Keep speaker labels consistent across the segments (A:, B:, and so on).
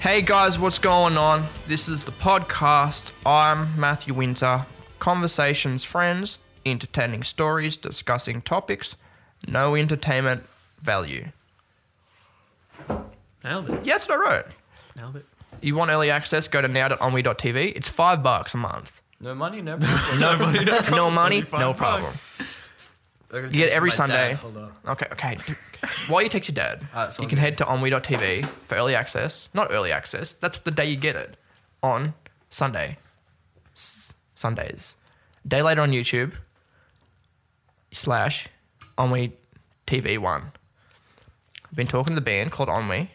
A: Hey guys, what's going on? This is the podcast. I'm Matthew Winter. Conversations, friends, entertaining stories, discussing topics, no entertainment value.
B: Nailed it.
A: Yeah, that's what I wrote.
B: Nailed it.
A: You want early access? Go to now.onwe.tv. It's five bucks a month.
C: No money, no problem.
B: Nobody knows.
A: No money, no problem.
C: They're gonna
A: You get
C: text
A: every
C: my
A: Sunday.
C: dad, Hold on.
A: Okay, okay. While you text your dad,
C: Ah, it's
A: you
C: on
A: can
C: there.
A: head to onwe.tv for early access. Not early access. That's the day you get it on Sunday. S- Sundays. Day later on YouTube slash onwe TV one. I've been talking to the band called Onwe. I'm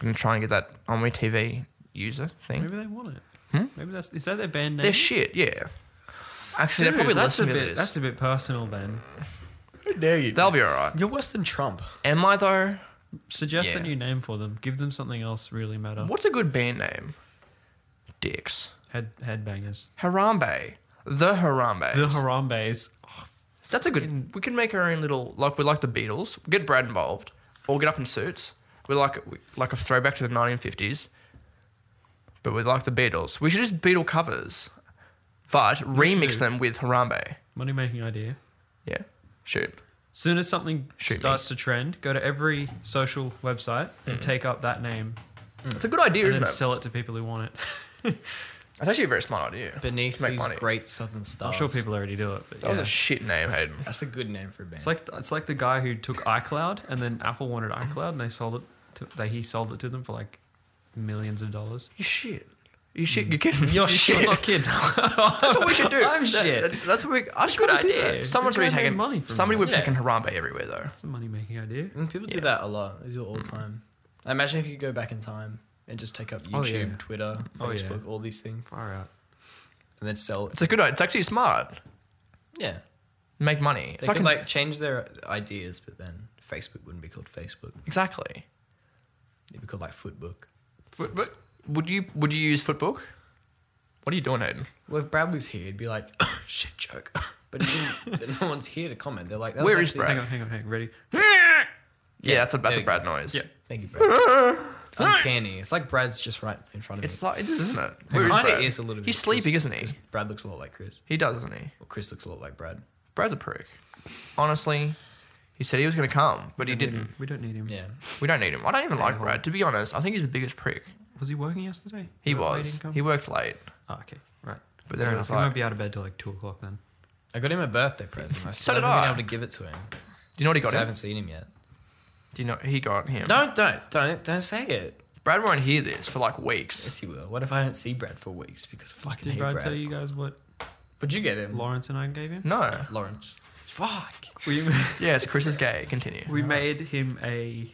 A: gonna try and get that Onwe TV user thing.
B: Maybe they want it. Maybe that's is that their band name?
A: They're shit, yeah. Actually,
B: Dude,
A: they're probably
B: that's a
A: listening to
B: bit.
A: this.
B: That's a bit personal. Then
C: How dare you?
A: They'll be alright.
C: You're worse than Trump.
A: Am I though?
B: suggest
A: Yeah.
B: a new name for them. Give them something else really matter.
A: What's a good band name? Dicks.
B: Head headbangers.
A: Harambe. The Harambe.
B: The Harambe's.
A: That's a good. We can make our own little. Like we like the Beatles. Get Brad involved. All get up in suits. We're like we- like a throwback to the 1950s. But we like the Beatles. We should just Beatle covers, but remix
B: should.
A: them with Harambe.
B: Money making idea.
A: Yeah. Shoot.
B: Soon as something
A: Shoot me. Hmm.
B: starts to trend, go to every social website and take up that name
A: It's a good idea,
B: Mm. and
A: isn't
B: then
A: it?
B: sell it to people who want it.
A: That's actually a very smart idea.
C: Beneath
A: To make
C: these
A: money.
C: great southern stars.
B: I'm sure people already do it. But
A: That was
B: yeah.
A: a shit name, Hayden.
C: That's a good name for a band.
B: It's like it's like the guy who took iCloud and then Apple wanted iCloud and they sold it. To, they he sold it to them for like millions of dollars.
A: You shit. You shit. You're kidding.
B: You're shit. I'm not kidding.
A: That's what we should do.
B: I'm shit.
A: That- that's what we. I just got to do
B: idea.
A: that. Someone's
B: We're
A: really
B: gonna make
A: taken
B: money from
A: Somebody
B: that.
A: would have
C: Yeah.
A: taken Harambe everywhere though.
B: It's a money making idea.
C: And people
A: Yeah. Mm.
C: do that a lot. They do it all the time. I imagine if you could go back in time and just take up
B: Oh,
C: YouTube,
B: yeah.
C: Twitter,
B: Oh, yeah.
C: Facebook, all these things,
B: Far out.
C: and then sell it.
A: It's a good. It's actually smart.
C: Yeah.
A: Make money.
C: They
A: It's like,
C: could
A: an-
C: like change their ideas, but then Facebook wouldn't be called Facebook.
A: exactly.
C: It'd be called like Footbook.
A: But, but would you would you use Footbook? What are you doing, Aiden?
C: Well, if Brad was here, he'd be like, shit joke. But, he didn't- but no one's here to comment. They're like, that was
A: Where is
C: actually-
A: Brad?
B: Hang on, hang on, hang on. Ready?
A: Yeah, that's a that's a
C: there you
A: bad noise.
B: Yeah.
C: Thank you, Brad. Uncanny. It's like Brad's just right in front of
A: It's
C: me.
A: like it is, isn't it?
C: It
A: Where is
C: kinda
A: Brad?
C: is a little bit.
A: He's sleeping,
C: Chris-
A: isn't he?
C: Chris- Brad looks a lot like Chris.
A: He does, doesn't he?
C: Well, Chris looks a lot like Brad.
A: Brad's a prick. Honestly, he said he was going to come, but he
B: We don't need
A: didn't.
B: him. We don't need him.
C: Yeah.
A: We don't need him. I don't even like
B: Yeah.
A: Brad. To be honest, I think he's the biggest prick.
B: Was he working yesterday?
A: He
B: Wait, wait,
A: was.
B: didn't come?
A: He worked late,
B: Oh, okay. Right.
A: but then it
B: Fair
A: was
B: enough. he
A: like,
B: won't be out of bed till like two o'clock then.
C: I got him a birthday present. I still
A: did
C: haven't
A: I.
C: been able to give it to him.
A: do you know what he got?
C: Because I
A: Him?
C: haven't seen him yet.
A: Do you know he got him?
C: Don't, don't, don't, don't say it.
A: Brad won't hear this for like weeks.
C: Yes, he will. What if I don't see Brad for weeks because I fucking
B: Did
C: hate
B: Brad, Mm.
C: Brad?
B: tell you guys what
C: But you get him,
B: Lawrence and I gave him?
A: No.
C: Lawrence. Fuck.
B: We
A: Yes, Chris is gay. Continue.
B: we made him a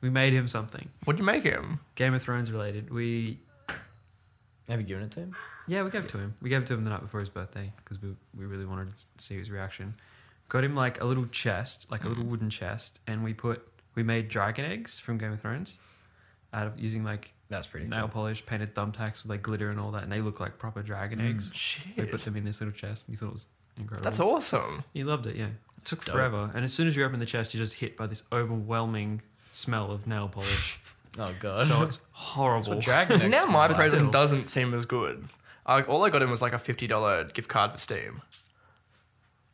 B: we made him something
A: What'd you make him?
B: Game of Thrones related. We
C: Have you given it to him?
B: Yeah, we gave it to him. We gave it to him the night before his birthday because we, we really wanted to see his reaction. Got him like a little chest, like a little wooden chest, and we put we made dragon eggs from Game of Thrones out of using like
C: That's pretty.
B: nail
C: Cool.
B: polish, painted thumbtacks with like glitter and all that, and they look like proper dragon eggs. We put
A: Shit.
B: them in this little chest, and he thought it was incredible.
A: That's awesome.
B: He loved it. Yeah, it took
C: dope.
B: forever, and as soon as you open the chest, you're just hit by this overwhelming smell of nail polish.
C: Oh god.
B: so it's
C: That's what
B: horrible.
C: Dragon
A: now
C: Eggs
A: my
C: smell like.
A: present
B: still.
A: doesn't seem as good. I, all I got him was like a fifty dollar gift card for Steam.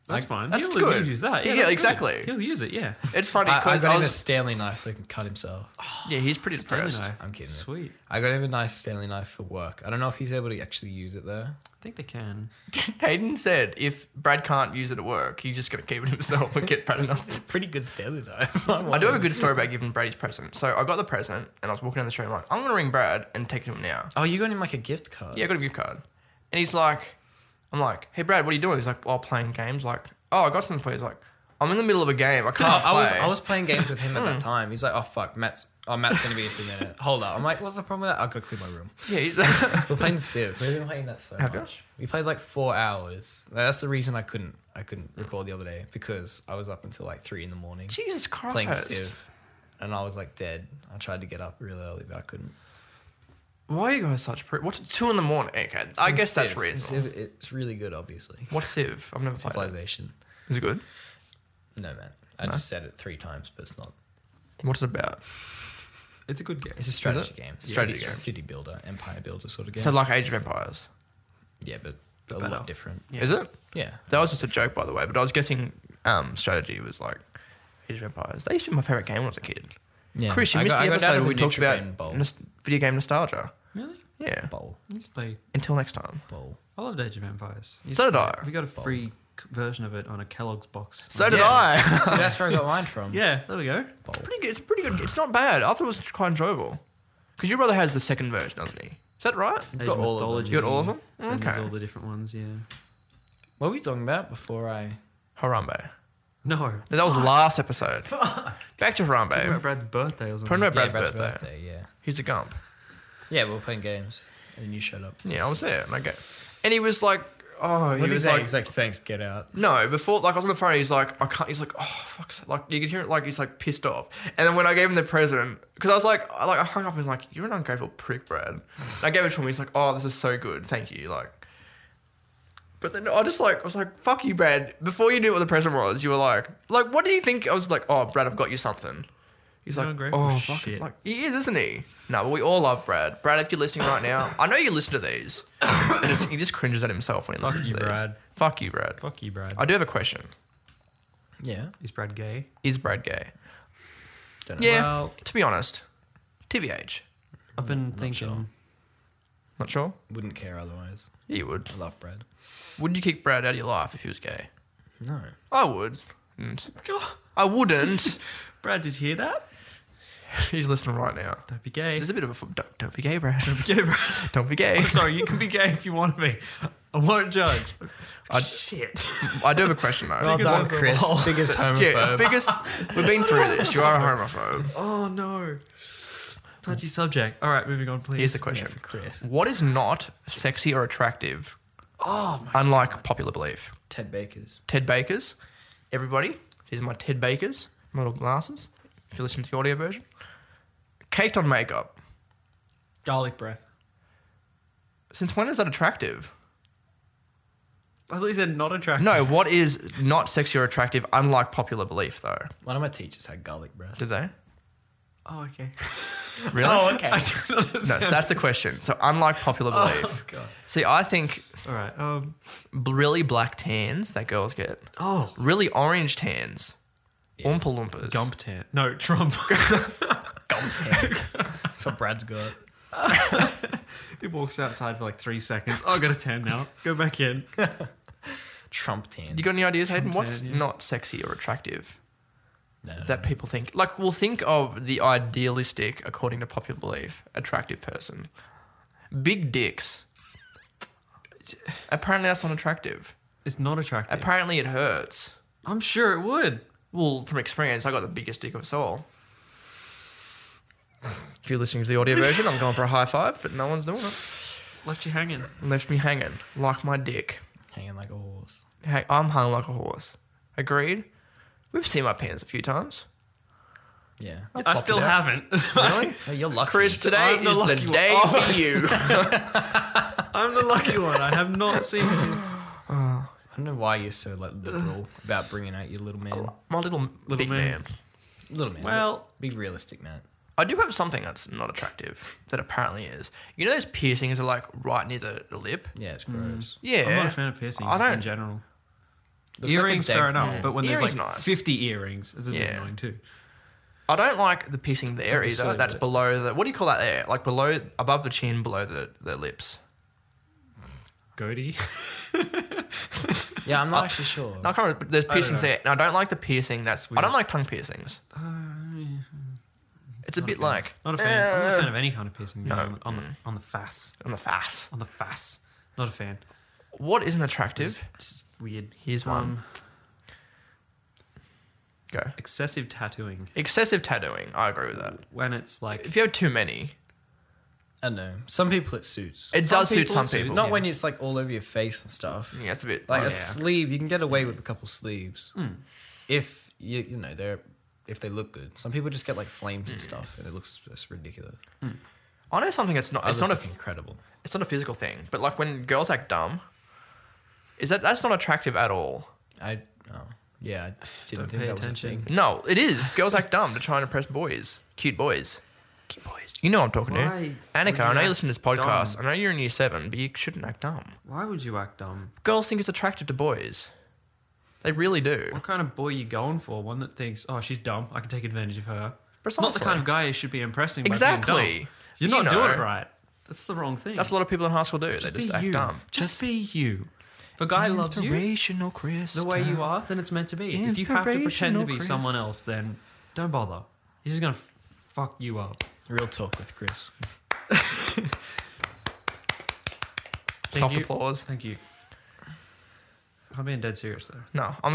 B: That's
C: Like,
B: fine.
A: that's
B: He'll
A: good.
B: use that. Yeah,
A: Yeah,
B: that's good.
A: exactly.
B: He'll use it. Yeah.
A: It's funny
C: I, I
A: because I,
C: got him a
A: was
C: Stanley knife so he can cut himself.
A: yeah he's pretty
B: Stanley
A: depressed.
B: knife.
C: I'm kidding.
B: Sweet.
C: I got him a nice Stanley knife for work. I don't know if he's able to actually use it though.
B: I think they can.
A: Hayden said if Brad can't use it at work, he's just gonna keep it himself and get Brad enough.
C: Pretty good Stanley knife.
A: I do have a good story about giving Brad his present. So I got the present and I was walking down the street. I'm like, I'm gonna ring Brad and take it to him now.
C: Oh, you got him like a gift card.
A: yeah, I got a gift card. And he's like, I'm like, hey, Brad, what are you doing? He's like, oh, playing games. Like, oh, I got something for you. He's like, I'm in the middle of a game. I
C: No,
A: can't
C: Oh, I was
A: play."
C: I was playing games with him at
A: Hmm.
C: that time. He's like, oh fuck, Matt's oh Matt's gonna be here for a minute. Hold up. I'm like, what's the problem with that? I'll go clear my room.
A: Yeah, he's,
C: We're playing Civ. We've been playing that so
A: Have you?
C: much. We played like four hours. Like, That's the reason I couldn't I couldn't
A: Hmm.
C: record the other day because I was up until like three in the morning
A: Jesus Christ.
C: playing Civ, and I was like dead. I tried to get up really early, but I couldn't.
A: Why are you guys such pre- What's two in the morning? Okay, I
C: And
A: guess that's
C: Civ.
A: reasonable.
C: Civ, it's really good, obviously.
A: What's Civ? I've never played it.
C: Civilization.
A: Is it good?
C: No man, I
A: No?
C: just said it three times, but it's not.
A: What's it about?
B: It's a good game.
C: It's a strategy
A: it?
C: game.
A: Strategy
C: city,
A: game.
C: City builder, empire builder sort of game.
A: So like Age of Empires,
C: yeah, but a
B: better.
C: lot different.
B: Yeah.
A: is it?
C: Yeah.
A: That was just a joke, by the way. But I was guessing um, strategy was like Age of Empires. That used to be my favorite game when I was a kid.
C: yeah.
A: Chris, you
C: I
A: missed
C: got-
A: the
C: I got down
A: episode
C: to
A: where we
C: a
A: talked
C: Nitro Game
A: about
C: bowl.
A: nos- video game nostalgia.
B: Really?
A: Yeah.
C: bowl.
B: I used to play.
A: Until next time.
C: Bowl.
B: I loved Age of Empires. I used
A: So
B: to
A: did
B: play it.
A: I.
B: We got a
C: Bold.
B: free c- version of it on a Kellogg's box.
A: So did
C: Yeah.
A: I.
C: See, that's where I got mine from.
B: yeah, there we go.
C: Bowl.
A: pretty good. It's pretty good. It's not bad. I thought it was quite enjoyable. Because your brother has the second version, doesn't he? Is that right?
B: Age of
C: got all of them.
B: Mythology.
A: You got all of them?
B: And there's all
A: Okay.
B: the different ones. Yeah.
C: What were we talking about before I?
A: Harambe.
B: No.
A: That was last episode. Back to
B: Talking about
A: Harambe.
B: Brad's birthday or something.
A: Talking about Brad's
C: yeah,
A: birthday.
C: Yeah.
A: He's a gump.
C: Yeah, we were playing games, and you showed up.
A: Yeah, I was there. And I go, and he was like, oh, he
C: What
A: was
C: is
A: like,
C: like, like, thanks, get out.
A: no. Before, like, I was on the phone. He's like, I can't. He's like, oh, fuck. Like, you could hear it. Like, he's like pissed off. And then when I gave him the present, because I was like, I like, I hung up and was like, you're an ungrateful prick, Brad. And I gave it to him. He's like, oh, this is so good. Thank you. Like. But then I just like I was like fuck you Brad. Before you knew what the present was, you were like like what do you think? I was like oh Brad, I've got you something. He's
B: You're
A: like
B: ungrateful
A: oh fuck
B: shit."
A: like he is isn't he? No, but we all love Brad. Brad, if you're listening right now, I know you listen to these. He just- he just cringes at himself when he
B: Fuck
A: listens
B: you,
A: to these.
B: Brad.
A: Fuck you, Brad.
B: Fuck you, Brad.
A: I do have a question.
C: Yeah.
B: Is Brad gay?
A: Is Brad gay?
C: Don't know.
A: Yeah.
B: Well-
A: to be honest, TBH.
B: I've been thinking.
C: sure.
A: Not sure.
C: Wouldn't care otherwise.
A: Yeah, you would.
C: I love bread.
A: Would you kick Brad out of your life if he was gay?
C: No.
A: I would. I wouldn't.
B: Brad, did you hear that?
A: He's listening right now.
B: Don't be gay.
A: There's a bit of a f- don't, don't be gay, Brad.
B: Don't be gay, Brad.
A: Don't be gay.
B: I'm sorry, you can be gay if you want to be. I won't judge.
A: I-
B: Shit.
A: I do have a question though.
C: Well
B: Biggest
C: done,
B: homophobe.
C: Chris. Biggest homophobe.
A: yeah, biggest. We've been through this. You are a homophobe.
B: Oh no. Touchy subject. All right, moving on, please.
A: Here's the question:
C: Chris.
A: What is not sexy or attractive,
B: Oh my.
A: unlike popular belief?
C: Ted Baker's.
A: Ted Bakers. Everybody, these are my Ted Bakers, my little glasses, if you're listening to the audio version. Caked on makeup.
C: Garlic breath.
A: Since when is that attractive?
B: I thought you said not attractive.
A: No, what is not sexy or attractive, unlike popular belief, though?
C: One of my teachers had garlic breath.
A: Did they?
B: Oh okay.
A: Really?
C: Oh, okay.
B: I don't
A: No,
B: understand.
A: so that's the question. So, unlike popular belief.
C: God.
A: See, I think
B: All right. Um.
A: b- really black tans that girls get,
B: Oh.
A: really orange tans, Oompa Loompas.
B: Gump tan. No, Trump.
C: That's what Brad's got.
B: he walks outside for like three seconds. Oh, I got a tan now. Go back in.
C: Trump tan.
A: You got any ideas, Hayden? What's
B: tan, yeah.
A: not sexy or attractive
C: no, no,
A: that people think? Like, we'll think of the idealistic, according to popular belief, attractive person. Big dicks. Apparently, that's not attractive.
B: It's not attractive.
A: Apparently, it hurts.
B: I'm sure it would.
A: Well, from experience, I got the biggest dick of us all. If you're listening to the audio version, I'm going for a high five, but no one's doing it.
B: Left you hanging.
A: Left me hanging, like my dick.
C: hanging like a horse.
A: Hey, I'm hung like a horse. Agreed? We've seen my pants a few times.
C: Yeah.
B: I still haven't.
A: Really?
C: Oh, you're lucky.
A: Chris, today
B: I'm the
A: is the
B: lucky one.
A: day
B: Oh.
A: for you.
B: I'm the lucky one. I have not seen this.
C: I don't know why you're so like liberal about bringing out your little man.
A: My little,
B: Little
A: big man.
B: man.
C: Little man.
B: Well-
C: let's be realistic, man.
A: I do have something that's not attractive that apparently is. You know those piercings are like right near the, the lip?
C: Yeah, it's gross.
A: Yeah.
B: I'm not a fan of piercings
A: I
B: just in
A: don't-
B: general.
C: Looks like a
B: earrings,
C: dank
B: fair enough,
C: man.
B: but when
A: Earrings
B: there's like
A: nice.
B: 50 earrings, it's a bit
A: Yeah.
B: annoying too.
A: I don't like the piercing there
C: That'd be
A: either.
C: silly,
A: That's
C: wouldn't it?
A: below the, what do you call that there? Like below, above the chin, below the, the lips.
B: Goatee.
C: Yeah, I'm not actually sure.
A: No, I can't remember, but there's
B: I don't
A: piercings
B: know.
A: there. And I don't like the piercing that's, I
B: weird.
A: don't like tongue piercings. Uh, It's a bit like
B: Not a fan. I'm not a fan of any kind of piercing. you know,
A: Uh, No. mm.
B: on, the, on the on the face,
A: on the face.
B: on the face. Not a fan.
A: What isn't attractive?
B: It's weird.
A: Here's one.
B: um,
A: Go.
B: excessive tattooing
A: Excessive tattooing. I agree with that.
B: when it's like
A: If you have too many,
C: I don't know. Some people it suits.
A: it
B: Some
A: does suit
B: people
A: some
B: it suits.
A: people.
C: Not
B: Yeah.
C: when it's like all over your face and stuff.
A: yeah, it's a bit.
C: Like
A: yeah.
C: a sleeve, you can get away with a couple sleeves if you you know they're if they look good. Some people just get like flames and stuff, and it looks just ridiculous.
A: I know something that's not. It's
C: Others
A: not a.
C: look incredible.
A: It's not a physical thing, but like when girls act dumb, is that that's not attractive at all?
C: I oh yeah, I didn't
B: Don't
C: think
B: pay
C: that was a
B: attention.
C: thing.
A: No, it is. Girls act dumb to try and impress boys, cute boys. Spoilers. You know what I'm talking to.
B: Why? would
A: Annika,
B: you
A: I know you
B: act
A: listen to this podcast.
B: dumb?
A: I know you're in year seven, but you shouldn't act dumb.
B: Why would you act dumb?
A: Girls think it's attractive to boys. They really do.
B: What kind of boy are you going for? One that thinks, oh, she's dumb. I can take advantage of her.
A: But
B: It's not the kind of guy you should be impressing. by being dumb.
A: Exactly.
B: You're
A: You
B: not doing it
A: know.
B: right. That's the wrong thing.
A: That's what a lot of people in high school do. they just
B: be
A: act
B: you.
A: dumb.
B: Just, be you. If a guy loves you
A: Inspirational Chris.
B: the way you are, then it's meant to be. If you have to pretend to be
A: Inspirational, Chris.
B: someone else, then don't bother. He's just gonna f- fuck you up.
C: Real talk with Chris.
B: Thank
A: Soft
B: you.
A: applause.
B: Thank you. I'm being dead serious though.
A: No, I'm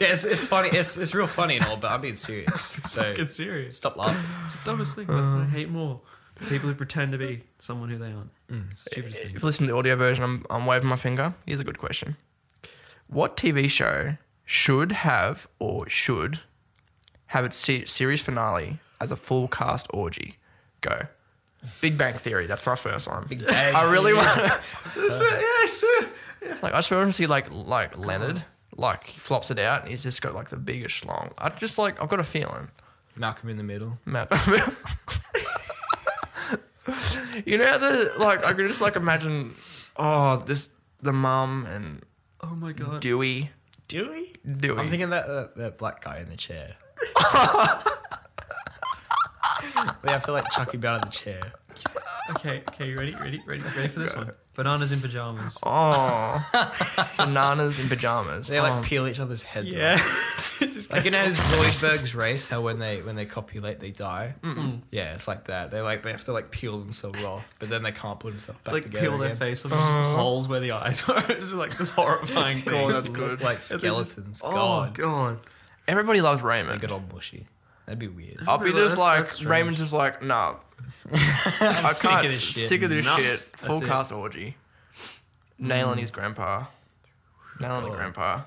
C: Yeah, it's, it's funny. It's, it's real funny and all, but I'm being serious. So
B: It's serious.
C: stop laughing.
B: It's the dumbest thing. That's what I hate more. People who pretend to be someone who they aren't.
A: Mm.
B: It's the stupidest thing.
A: If you listen to the audio version, I'm, I'm waving my finger. Here's a good question. What TV show should have or should have its se- series finale as a full cast orgy? Go. Big Bang Theory. That's my first one. I really want.
B: Uh,
A: Like I just want to see like like Leonard like he flops it out and he's just got like the biggest schlong. I just like I've got a feeling.
C: Malcolm in the middle.
A: Matt. you know how the like I could just like imagine oh this the mum and
B: Oh my god.
A: Dewey
C: Dewey.
A: Dewey.
C: I'm thinking that that, that black guy in the chair. we have to like chuck him out of the chair.
B: Okay, okay, you ready? Ready? Ready? Ready for this one? Bananas in pajamas.
A: oh bananas in pajamas.
C: They like
A: Oh,
C: peel each other's heads. off. Like you know Zoidberg's race, how when they when they copulate they die. mm Yeah, it's like that. They like they have to like peel themselves off, but then they can't put themselves back
B: like
C: together.
B: peel their
C: again.
B: face off, just
A: Uh-huh.
B: holes where the eyes were. It's just like this horrifying thing.
A: God, that's
C: They
A: good.
C: look Like
B: And they just-
C: skeletons.
A: oh,
C: God,
A: God. Everybody loves
C: they
A: Raymond.
C: get all mushy. That'd be weird.
A: I'll be
B: Everybody-
A: just
B: that's-
A: like
B: that's strange.
A: Raymond's just like nah. I can't,
C: sick of this shit.
A: Sick of this
B: Nah.
A: shit.
B: That's
A: Full
B: it.
A: cast orgy. Nailing his grandpa. Nailing his
C: Mm. God.
A: grandpa.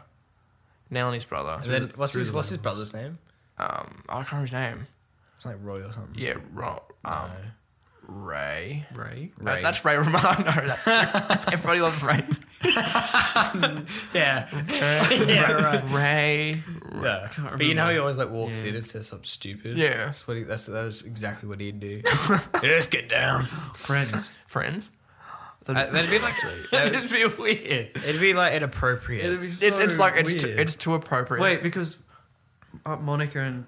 A: Nailing his brother.
C: And then what's
B: through
C: his
B: the
C: what's his
B: levels.
C: brother's name?
A: Um, I can't remember his name.
C: It's like Roy or something.
A: Yeah, Ro- um, Ray.
B: Right?
A: No,
C: Ray.
A: that's Ray Romano. That's, that's everybody loves Ray.
C: yeah. yeah, right.
A: Ray.
C: Yeah.
B: can't
C: But you know
B: remember.
C: he always like walks
B: Yeah.
C: in and says something stupid.
A: Yeah.
C: That's what he, that's that's exactly what he'd do. Let's get down.
B: Friends.
A: Friends.
C: Uh,
A: That'd,
C: that'd be like
B: That'd
C: that'd-
B: just be weird.
C: it'd be like inappropriate.
B: It'd be so
A: it's, it's like it's too,
B: weird.
A: it's too appropriate.
B: Wait, because uh, Monica and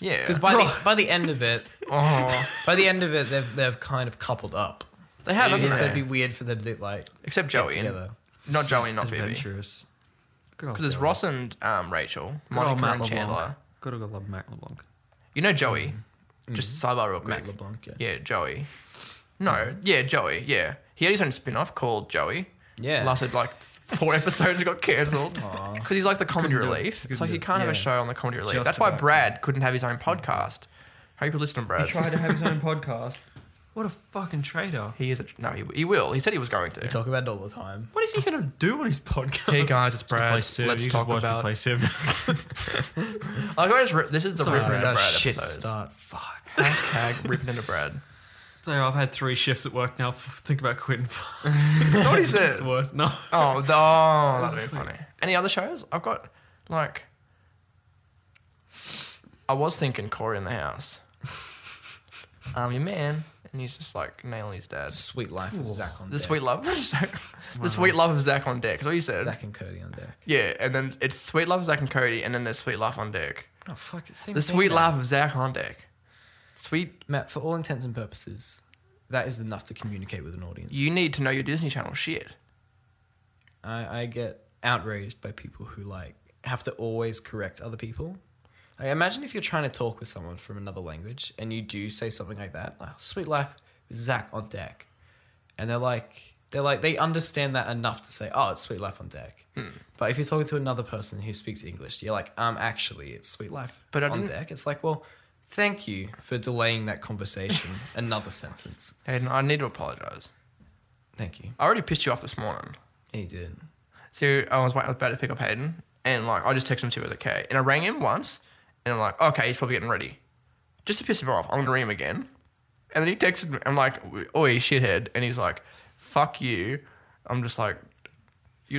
A: yeah.
C: Because by the by the end of it,
A: oh,
C: by the end of it, they've they've kind of coupled up.
A: they have,
C: It's-
A: haven't
C: it'd be
A: they?
C: weird for them to like
A: Except
C: get
A: Joey, and,
C: together.
A: not Joey,
B: Oh,
A: not Phoebe.
B: adventurous.
A: Because it's Ross and um, Rachel, Monica and Chandler.
B: Gotta go love Matt LeBlanc.
A: You know Joey. Just sidebar real quick.
C: Mm. Matt LeBlanc. Mm. Yeah.
A: Yeah, Joey. No, yeah, Joey. Yeah, he had his own spin-off called Joey.
C: Yeah.
A: lasted like four episodes and got cancelled
C: Aw.
A: because he's like the comedy
B: Couldn't do it.
A: relief.
B: He
A: It's like
B: couldn't
A: you
B: do it.
A: can't have a
C: Yeah.
A: show on the comedy relief.
B: Just
A: That's why
B: about.
A: Brad couldn't have his own podcast. How you could listen to Brad?
B: to have his own podcast. What a fucking traitor.
A: He is a, no, he, he will. He said he was going
C: We
A: to.
C: talk about it all the time.
B: What is he gonna do on his podcast?
A: Hey guys, it's Brad. Let's talk about.
B: play Civ.
A: Like, I just, ri- this is the
B: Sorry,
A: ripping into
C: That
A: Brad
C: shit
A: episode.
C: start. Fuck.
A: Hashtag ripping into Brad.
B: So I've had three shifts at work now. Think about quitting.
A: That's what he
B: It's
A: said.
B: the worst. No.
A: Oh, the, oh that'd be funny. Any other shows? I've got like. I was thinking Corey in the house. Um, your man, and he's just like nailing his dad.
C: Sweet life of Zach on
A: The
C: deck.
A: sweet love of Zach. The sweet love of Zach on deck. Is what you said.
C: Zach and Cody on deck.
A: Yeah, and then it's sweet love of Zach and Cody, and then there's sweet love on deck.
C: Oh fuck. It's
A: The sweet love of Zach on deck. Sweet,
C: Matt, for all intents and purposes, that is enough to communicate with an audience.
A: you need to know your Disney Channel shit.
C: I, I get outraged by people who like have to always correct other people. Like, imagine if you're trying to talk with someone from another language and you do say something like that, like "Sweet life, Zach on deck," and they're like, they're like, they understand that enough to say, "Oh, it's sweet life on deck."
A: Hmm.
C: But if you're talking to another person who speaks English, you're like, "Um, actually, it's sweet life,
A: But I
C: on
A: didn't-
C: deck." It's like, well, thank you for delaying that conversation another sentence.
A: And I need to apologize.
C: Thank you.
A: I already pissed you off this morning.
C: He did.
A: So I was waiting, I was about to pick up Hayden, and like I just texted him to it was okay, and I rang him once, and I'm like, okay, he's probably getting ready, just to piss him off. I'm gonna ring him again, and then he texted me. I'm like, oi, shithead, and he's like, fuck you. I'm just like,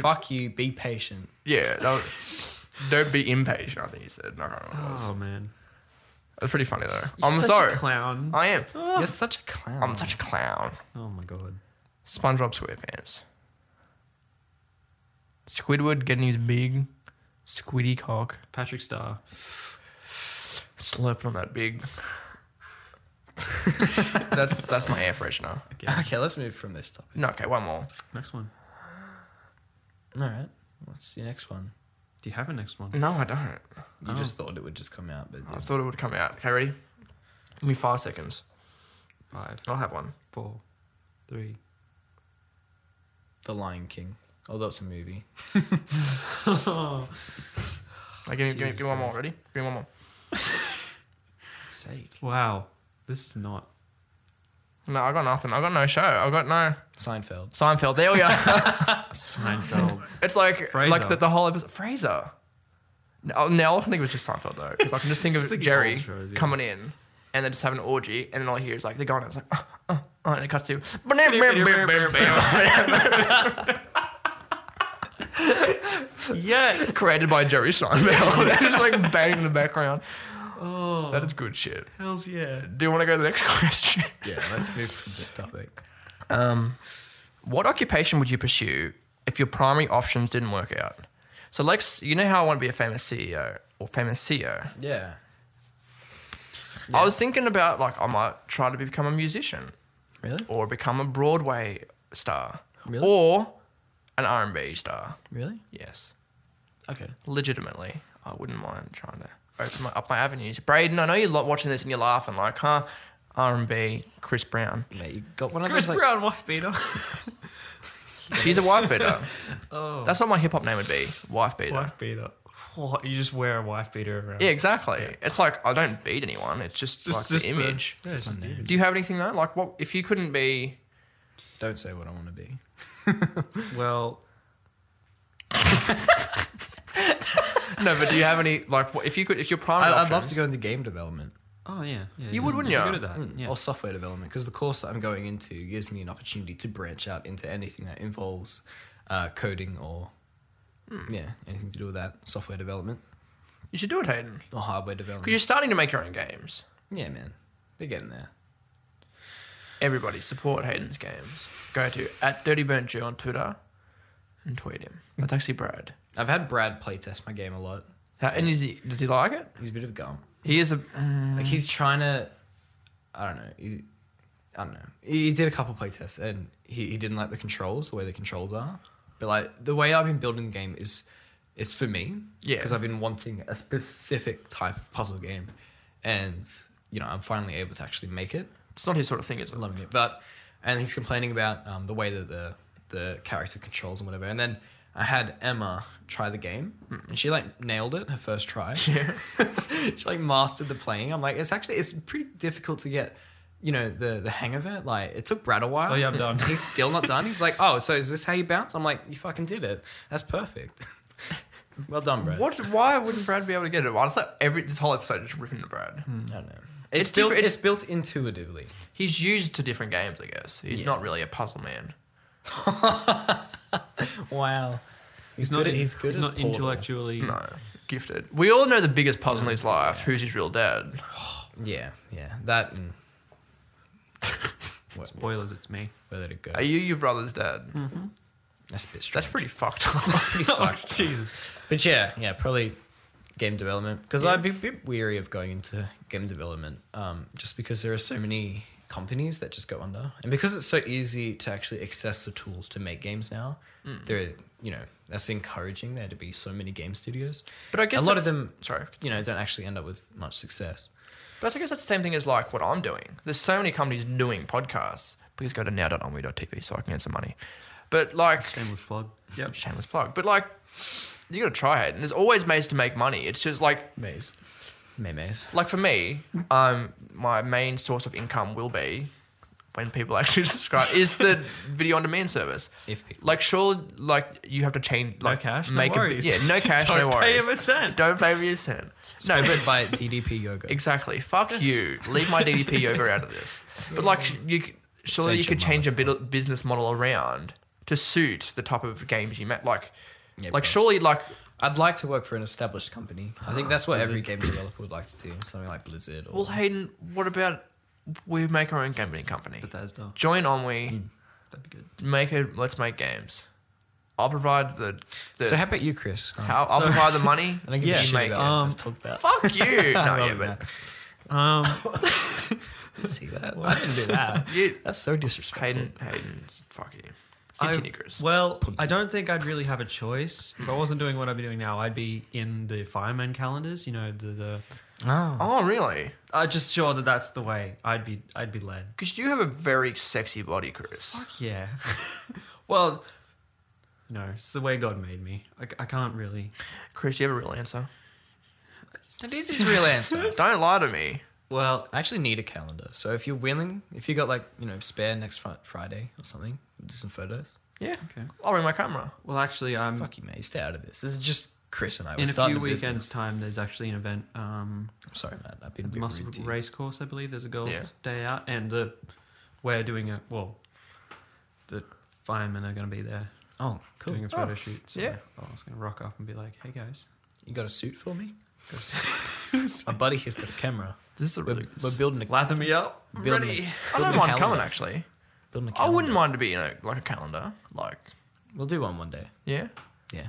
C: Fuck you. Be patient.
A: yeah, that was- don't be impatient. I think he said. No, I can't remember what it was.
B: Oh man.
A: It It's pretty funny though.
B: You're
A: I'm
B: Oh. such
A: sorry.
B: A clown.
A: I am.
C: You're Ah. such a clown.
A: I'm such a clown.
B: Oh my god.
A: SpongeBob SquarePants. Squidward getting his big squiddy cock.
B: Patrick Star.
A: Slurping on that big. that's that's my air freshener.
B: Okay.
C: Okay, let's move from this topic.
A: No, okay, one more.
B: Next one.
C: All right. What's your next one?
B: Do you have a next one?
A: No, I don't.
B: Oh.
C: You just thought it would just come out, but it
A: I
C: didn't.
A: thought it would come out. Okay, ready? Give me five seconds.
B: Five,
A: I'll have one.
B: four, three.
C: The Lion King. Although it's a movie.
A: Like, give, me, give, me,
B: Jesus
A: give me one more.
B: Christ.
A: Ready? Give me one more.
C: Sake.
B: Wow. This is not.
A: No, I got nothing. I got no show. I got no
C: Seinfeld.
A: Seinfeld. There we go.
B: Seinfeld.
A: It's like
B: Fraser.
A: like the, the whole episode. Fraser. No, no, I think it was just Seinfeld though, because I can just think
B: Just
A: of
B: thinking
A: Jerry
B: old shows, yeah.
A: coming in, and then just having an orgy, and then all I hear is like they're going, and it's like, uh, uh, uh, and it cuts to.
B: yes.
A: Created by Jerry Seinfeld. They're just like bang in the background.
B: Oh.
A: That is good shit.
B: Hells yeah.
A: Do you want to go to the next question?
C: Yeah, let's move from this topic.
A: Um, what occupation would you pursue if your primary options didn't work out? So, Lex, you know how I want to be a famous CEO or famous CEO.
C: Yeah.
A: I was thinking about like I might try to become a musician
C: Really?
A: or become a Broadway star
C: Really?
A: or an R&B star.
C: Really?
A: Yes,
C: Okay.
A: legitimately, I wouldn't mind trying to open my, up my avenues. Braden, I know you're lo- watching this and you're laughing like, huh? R&B, Chris Brown.
C: Mate, you got one of
B: Chris
C: those. like-
B: Brown wife beater.
A: He's a wife beater.
B: oh.
A: That's what my hip hop name would be, wife beater.
B: wife beater. What? You just wear a wife beater around.
A: Yeah, exactly. It's like I don't beat anyone. It's just, like the image.
B: yeah, it's just the
C: name.
B: image.
A: Do you have anything though? Like, what if you couldn't be?
C: Don't say what I want to be.
B: Well,
A: No, but do you have any? Like, what, if you could, if your primary,
C: I, I'd love
A: options-
C: to go into game development
B: oh yeah. yeah
A: You would, wouldn't
B: you're
A: ya?
B: Good at that.
C: Mm,
B: Hmm, Yeah.
C: or software development because the course that I'm going into gives me an opportunity to branch out into anything that involves uh, coding or yeah, anything to do with that software development
A: You should do it, Hayden.
C: or hardware
A: Because
C: development.
A: you're starting to make your own games.
C: yeah, man, they're getting there.
A: Everybody support Hayden's games. Go to at Dirty Burnt Jew on Twitter and tweet him. That's actually Brad.
C: I've had Brad playtest my game a lot.
A: How, and is he, does he like it?
C: He's a bit of a gum.
A: He is a. mm,
C: Like he's trying to, I don't know. He, I don't know. He, he did a couple playtests and he, he didn't like the controls, the way the controls are. But like the way I've been building the game is, is for me.
A: Yeah.
C: Because I've been wanting a specific type of puzzle game, and you know I'm finally able to actually make it.
A: It's not his sort of thing, is it?
C: I'm loving it. But and he's complaining about um, the way that the the character controls and whatever. And then I had Emma try the game, and she like nailed it her first try. she like mastered the playing. I'm like, it's actually it's pretty difficult to get. You know the the hang of it. Like it took Brad a while.
B: Oh, yeah, I'm done.
C: He's still not done. He's like, oh, so is this how you bounce? I'm like, you fucking did it. That's perfect. well done, Brad.
A: What? Why wouldn't Brad be able to get it? Why does that every this whole episode just ripping to Brad?
C: I don't know. It's,
A: It's
C: built.
A: different-
C: It's built intuitively.
A: He's used to different games, I guess. He's
C: Yeah.
A: not really a puzzle man.
C: Wow.
B: He's not.
C: at-
B: he's
C: good
B: He's
C: at
B: not
C: Portal.
B: intellectually.
A: No, gifted. We all know the biggest puzzle in his life. Who's his real dad?
C: Yeah, yeah. That and what,
B: Spoilers. It's me.
C: where did it go?
A: Are you your brother's dad?
C: Mm. That's a bit
A: That's
C: strange.
A: pretty fucked up.
C: pretty
B: Oh,
C: fucked.
B: Jesus.
C: But yeah, yeah, probably game development because
A: Yeah.
C: I'd be a bit weary of going into game development, um, just because there are so many companies that just go under, and because it's so easy to actually access the tools to make games now.
A: Mm.
C: There, you know, that's encouraging there to be so many game studios.
A: But I guess
C: a lot of
A: that's-
C: them,
A: Sorry,
C: you know, don't actually end up with much success.
A: But I guess that's the same thing as like what I'm doing. There's so many companies doing podcasts. Please go to now.onwe.tv so I can get some money. But like,
B: Shameless plug. Yep.
A: shameless plug. But like, you gotta try it. And there's always ways to make money. It's just like,
C: Maze, May maze.
A: like for me, um, my main source of income will be when people actually subscribe is the video on demand service.
C: If people,
A: Like, sure, like you have to change.
B: No
A: Like,
B: cash, no
A: Make
B: worries.
A: A, yeah, no cash,
B: Don't
A: no
B: pay
A: worries.
B: him a cent.
A: Don't pay me a cent. No,
C: no,
A: but
C: but by DDP yoga.
A: Exactly. Fuck you. Leave my DDP yoga out of this. But like, sh- you c- surely you
C: Essential
A: could change your bit- business model around to suit the type of games you make. Like,
C: Yeah,
A: like
C: bro.
A: surely like
C: I'd like to work for an established company. I think that's what
B: Is
C: every game developer would like to do. Something like Blizzard or
A: Well, Hayden, what about we make our own gaming company?
B: Bethesda.
A: Join Omni,
C: Hmm.
B: That'd be good.
A: make it. Let's make games. I'll provide the. the
C: So how about you, Chris?
A: how, I'll
B: so-
A: provide the money.
C: I don't give
A: you
C: a
B: Yeah.
C: shit
A: make
C: about
B: it. Um,
C: let's talk about.
A: it. Fuck you. no, yeah, but
B: Um,
C: See that? I didn't do that.
A: you,
C: That's so disrespectful.
A: Hayden, Hayden, fuck you.
B: I-
A: Continue, Chris.
B: well, I don't think I'd really have a choice. If I wasn't doing what I'd be doing now, I'd be in the fireman calendars. You know, the, the
C: Oh.
A: Oh, really?
B: I'm just sure that that's the way I'd be. I'd be led.
A: Because you have a very sexy body, Chris.
B: Fuck yeah. well, no, it's the way God made me. I, I can't really.
A: Chris, do you have a real answer?
C: That is his real answer.
A: Don't lie to me.
B: Well,
C: I actually need a calendar. So if you're willing, if you got like, you know, spare next fri- Friday or something, we'll do some photos.
A: Yeah.
B: okay.
A: I'll bring my camera.
B: Well, actually, I'm
C: Fuck you, mate. Stay out of this. This is just Chris and I. We're
B: in a
C: starting
B: few
C: business.
B: weekends' time. There's actually an event. Um,
C: I'm sorry, Matt. I've been a
B: at the
C: bit
B: Muscle
C: rude to you.
B: Race Course, I believe. There's a girls'
A: Yeah.
B: day out, and the we're doing a well. The firemen are going to be there
C: Oh, cool.
B: doing a
A: Oh,
B: photo shoot. So
A: yeah.
B: I was going to rock up and be like, "Hey guys,
C: You got a suit for me?
B: go s-
C: My buddy here's got a camera.
A: This is a
C: We're, we're building a
B: lather me up." I'm
C: Building
B: ready.
A: I don't
C: Building a
A: mind coming,
C: calendar.
A: actually.
C: building a
A: I
C: calendar.
A: wouldn't mind to be, you know, like a calendar. Like,
C: We'll do one one day.
A: yeah.
C: Yeah.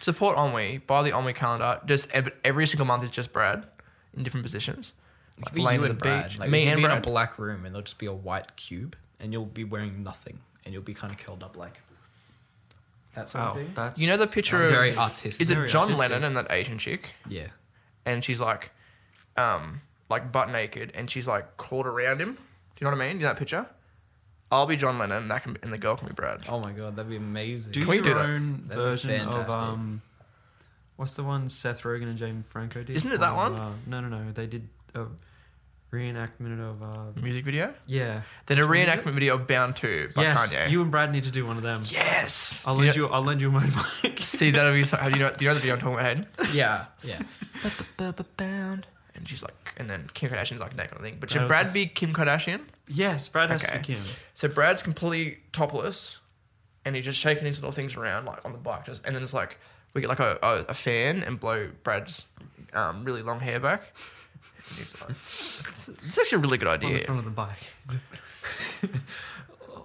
A: Support Omni. Buy the Omni calendar. Just ev- every single month, it's just Brad in different positions.
C: It could
A: Like
C: be
A: laying
C: you
A: on
C: and
A: the
C: Brad.
A: beach.
C: Like,
A: Me
C: you could
A: and
C: be in a
A: Brad.
C: black room, and there'll just be a white cube, and you'll be wearing nothing, and you'll be kind of curled up like Oh, that sort
B: Wow,
C: of thing.
B: that's
A: You know the picture of
C: very
A: is
C: artistic.
A: it
B: Very
A: John
B: artistic.
A: Lennon and that Asian chick,
C: yeah.
A: and she's like, um, like butt naked, and she's like crawled around him. Do you know what I mean? You know that picture? I'll be John Lennon, and that can, and the girl can be Brad.
C: Oh my god, that'd be amazing.
B: Do
A: Can we
B: your
A: do that?
B: own
C: That'd be
B: version of
C: fantastic.
B: um, what's the one Seth Rogen and James Franco did?
A: Isn't it that
B: Of,
A: one?
B: Uh, no, no, no. They did a reenactment of uh,
A: Music video.
B: yeah,
A: Then a
B: Which one is it?
A: reenactment video of Bound Two by
B: yes,
A: Kanye.
B: you and Brad need to do one of them.
A: yes.
B: I'll
A: Do you
B: lend
A: know-
B: you. I'll lend you my mic.
A: See that'll be. So, how do you know? Do you know the video I'm talking about? Hayden?
C: Yeah, yeah.
A: bound. And she's like, and then Kim Kardashian's like naked, I think. But
B: No,
A: should Brad
B: it's-
A: be Kim Kardashian?
B: Yes, Brad has
A: Okay.
B: to be Kim.
A: So Brad's completely topless, and he's just shaking his little things around like on the bike, just and then it's like we get like a, a, a fan and blow Brad's um, really long hair back. And he's like, it's, it's actually a really good
B: On the
A: idea.
B: front of the bike.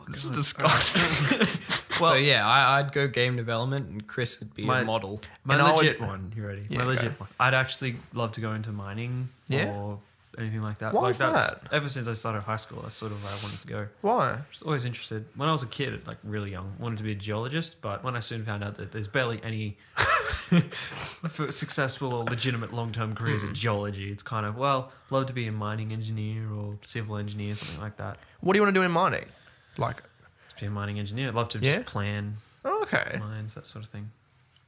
A: This is disgusting.
C: so yeah, I, I'd go game development, and Chris would be
B: My-
C: a model.
B: My
A: And I would-
B: legit one. You ready?
A: Yeah,
B: my
A: okay.
B: legit one. I'd actually love to go into mining
A: Yeah?
B: or anything like that.
A: Why
B: like
A: is
B: that's ever since I started high school, that's sort of where I wanted to go.
A: Why?
B: I was always interested. When I was a kid, like really young, wanted to be a geologist, but when I soon found out that there's barely any for successful or legitimate long-term careers
A: Hmm.
B: in geology, it's kind of well, love to be a mining engineer or civil engineer, something like that.
A: What do you want to do in mining? Like,
B: Just be a mining engineer. I'd love to
A: Yeah?
B: just plan
A: oh, okay.
B: mines, that sort of thing.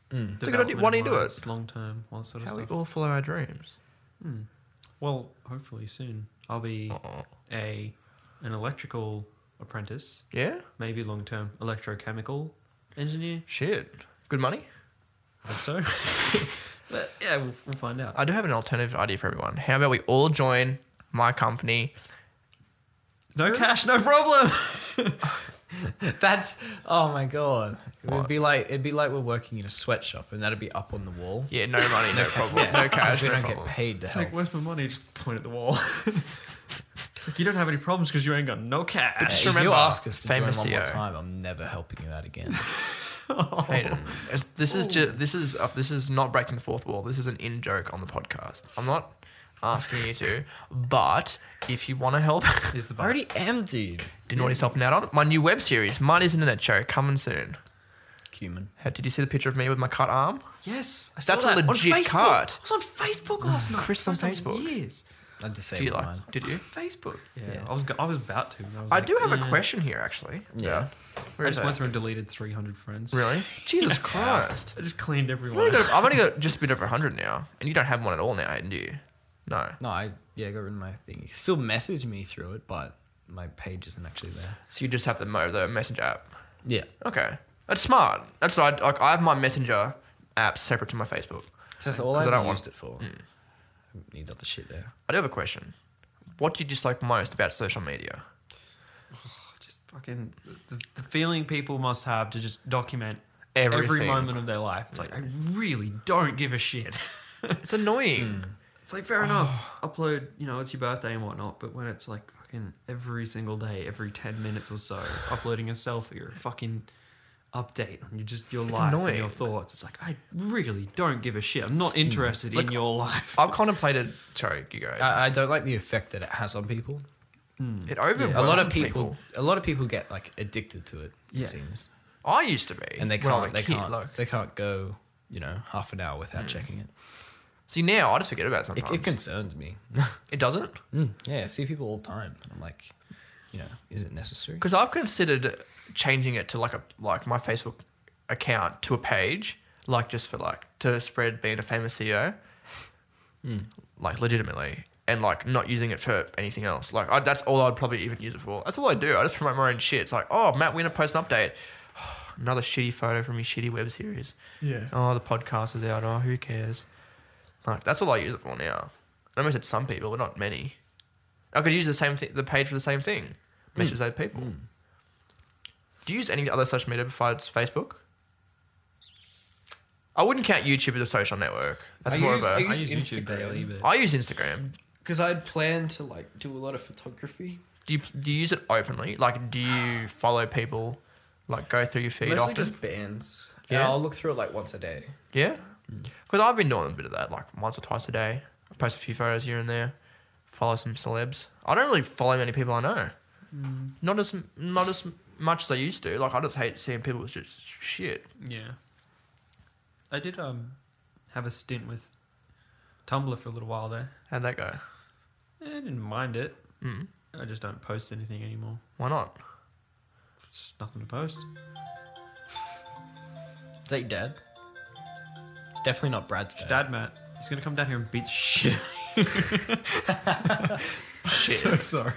C: Mm.
A: a Hmm. good idea. Why don't you do it?
B: Long term, all that sort of
A: How we
B: stuff.
A: all follow our dreams.
B: Hmm. Well, hopefully soon I'll be
A: Aw.
B: a an electrical apprentice,
A: Yeah.
B: maybe long term electrochemical engineer.
A: Shit. Good money.
B: Hope so. but yeah, we'll, we'll find out.
A: I do have an alternative idea for everyone. How about we all join my company?
B: No cash, no problem.
C: That's oh my god. It
A: What?
C: would be like it'd be like we're working in a sweatshop, and that'd be up on the wall.
A: Yeah, no money, no problem. No cash,
C: Because we
A: no
C: don't
A: problem.
C: get paid to
B: It's
C: help.
B: like, where's my money? Just point at the wall. it's like you don't have any problems because you ain't got no
C: Yeah,
B: cash.
A: just
C: if you
A: remember,
C: ask us to join one
A: famous
C: more
A: CEO.
C: time, I'm never helping you out again.
A: Hayden, it's- this is ju- this is uh, this is not breaking the fourth wall. This is an in joke on the podcast. I'm not asking you to, but if you want to help, do
B: Is the
C: I already am, dude.
A: you know what he's helping out on? My new web series, Mine Is Internet Show, coming soon.
C: Cumin.
A: How, did you see the picture of me with my cut arm?
B: Yes, I
A: That's a legit
B: on Facebook.
A: card.
B: I was on Facebook last night.
A: Chris is on
B: First time in
A: Facebook.
B: Years.
A: Do
C: I'm
A: you
C: disabled.
A: like?
C: mine.
A: Did you? Facebook.
B: Yeah,
C: Yeah.
B: I was go- I was about to. and I, was
A: I
B: like,
A: do have a
B: "Eh."
A: question here, actually.
C: Yeah.
A: Where
B: I
A: is
B: just went
A: that?
B: through and deleted 300 friends.
A: Really? Jesus Christ.
B: I just cleaned
A: I've only,
B: everyone.
A: got, I've only got just a bit over 100 now, and you don't have one at all now, Hayden, do you? No.
C: No, I yeah, I got rid of my thing. You can still message me through it, but my page isn't actually there.
A: So you just have the mo the messenger app.
C: Yeah.
A: Okay, that's smart. That's what I like. I have my messenger app separate to my Facebook.
C: So that's all I,
A: I don't
C: don't
A: want- Mm.
C: used it for. I need other shit there.
A: I do have a question. What do you dislike most about social media?
B: just fucking the, the feeling people must have to just document
A: everything.
B: every moment of their life. It's like I really don't give a shit.
A: It's annoying.
C: Hmm.
B: It's like fair enough. Upload, you know, it's your birthday and whatnot, but when it's like fucking every single day, every ten minutes or so, uploading a selfie or a fucking update on your just your life and your
A: annoying.
B: thoughts, it's like I really don't give a shit. I'm not interested
A: Like-
B: in your life.
A: I've contemplated. Sorry, you go.
C: I, I don't like the effect that it has on people.
A: it overwhelms
C: A lot of people, a lot of people get like addicted to it.
B: Yeah.
C: It seems,
A: I used to be,
C: and they
A: when I was
C: can't,
A: a
C: they
A: kid,
C: can't,
A: like-
C: they can't go, you know, half an hour without checking it.
A: see now, I just forget about it
C: It,
A: sometimes.
C: it concerns me.
A: It doesn't
C: Mm, yeah, I see people all the time. I'm like, you know, is it necessary?
A: because I've considered changing it to like a like my Facebook account to a page, like just for like to spread being a famous CEO, like legitimately, and like not using it for anything else. Like I, that's all I'd probably even use it for. That's all I do. I just promote my own shit. It's like, oh, Matt Winner post an update. Another shitty photo from his shitty web series.
B: yeah.
A: Oh, the podcast is out. Oh, who cares? Like that's all I use it for now. I mean, it's some people, but not many. I could use the same thing, the page for the same thing.
C: Hmm.
A: Message those people. Do you use any other social media besides Facebook? I wouldn't count YouTube as a social network. That's
C: I
A: more
C: use-
A: of
C: I
A: a.
B: I use
C: Use
B: YouTube
C: Instagram.
B: daily, but
A: I use Instagram.
C: Because I'd planned to like do a lot of photography.
A: Do you do you use it openly? Like, do you follow people? Like, go through your feed
C: Mostly
A: often?
C: just bands.
A: Yeah.
C: And I'll look through it like once a day.
A: Yeah. Because I've been doing a bit of that, like once or twice a day. I post a few photos here and there, follow some celebs. I don't really follow many people I know. Not as not as much as I used to. Like I just hate seeing people with just shit.
B: Yeah. I did um have a stint with Tumblr for a little while there.
A: How'd that go?
B: Eh, I didn't mind it.
A: Mm.
B: I just don't post anything anymore.
A: Why not?
B: It's nothing to post.
C: Is that your dad? It's definitely not Brad's dad.
B: Dad, Matt, he's gonna come down here and beat the shit.
A: Shit.
C: So sorry.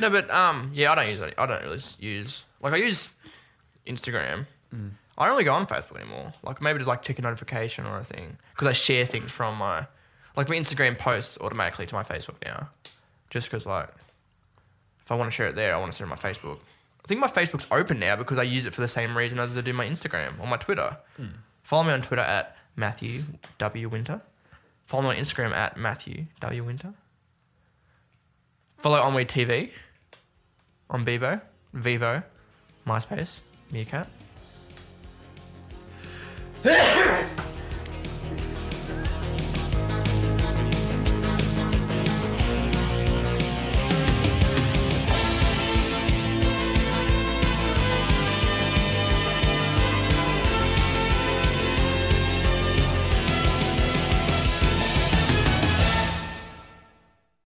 A: No, but um, yeah, I don't use any. I don't really use like I use Instagram. I don't really go on Facebook anymore. Like maybe to like check a notification or a thing because I share things from my like my Instagram posts automatically to my Facebook now, just because like if I want to share it there, I want to share it on my Facebook. I think my Facebook's open now because I use it for the same reason as I do my Instagram or my Twitter. Follow me on Twitter at Matthew W Winter. Follow me on Instagram at Matthew W Winter. Follow Onward TV on Bebo, Vivo, MySpace, Meerkat.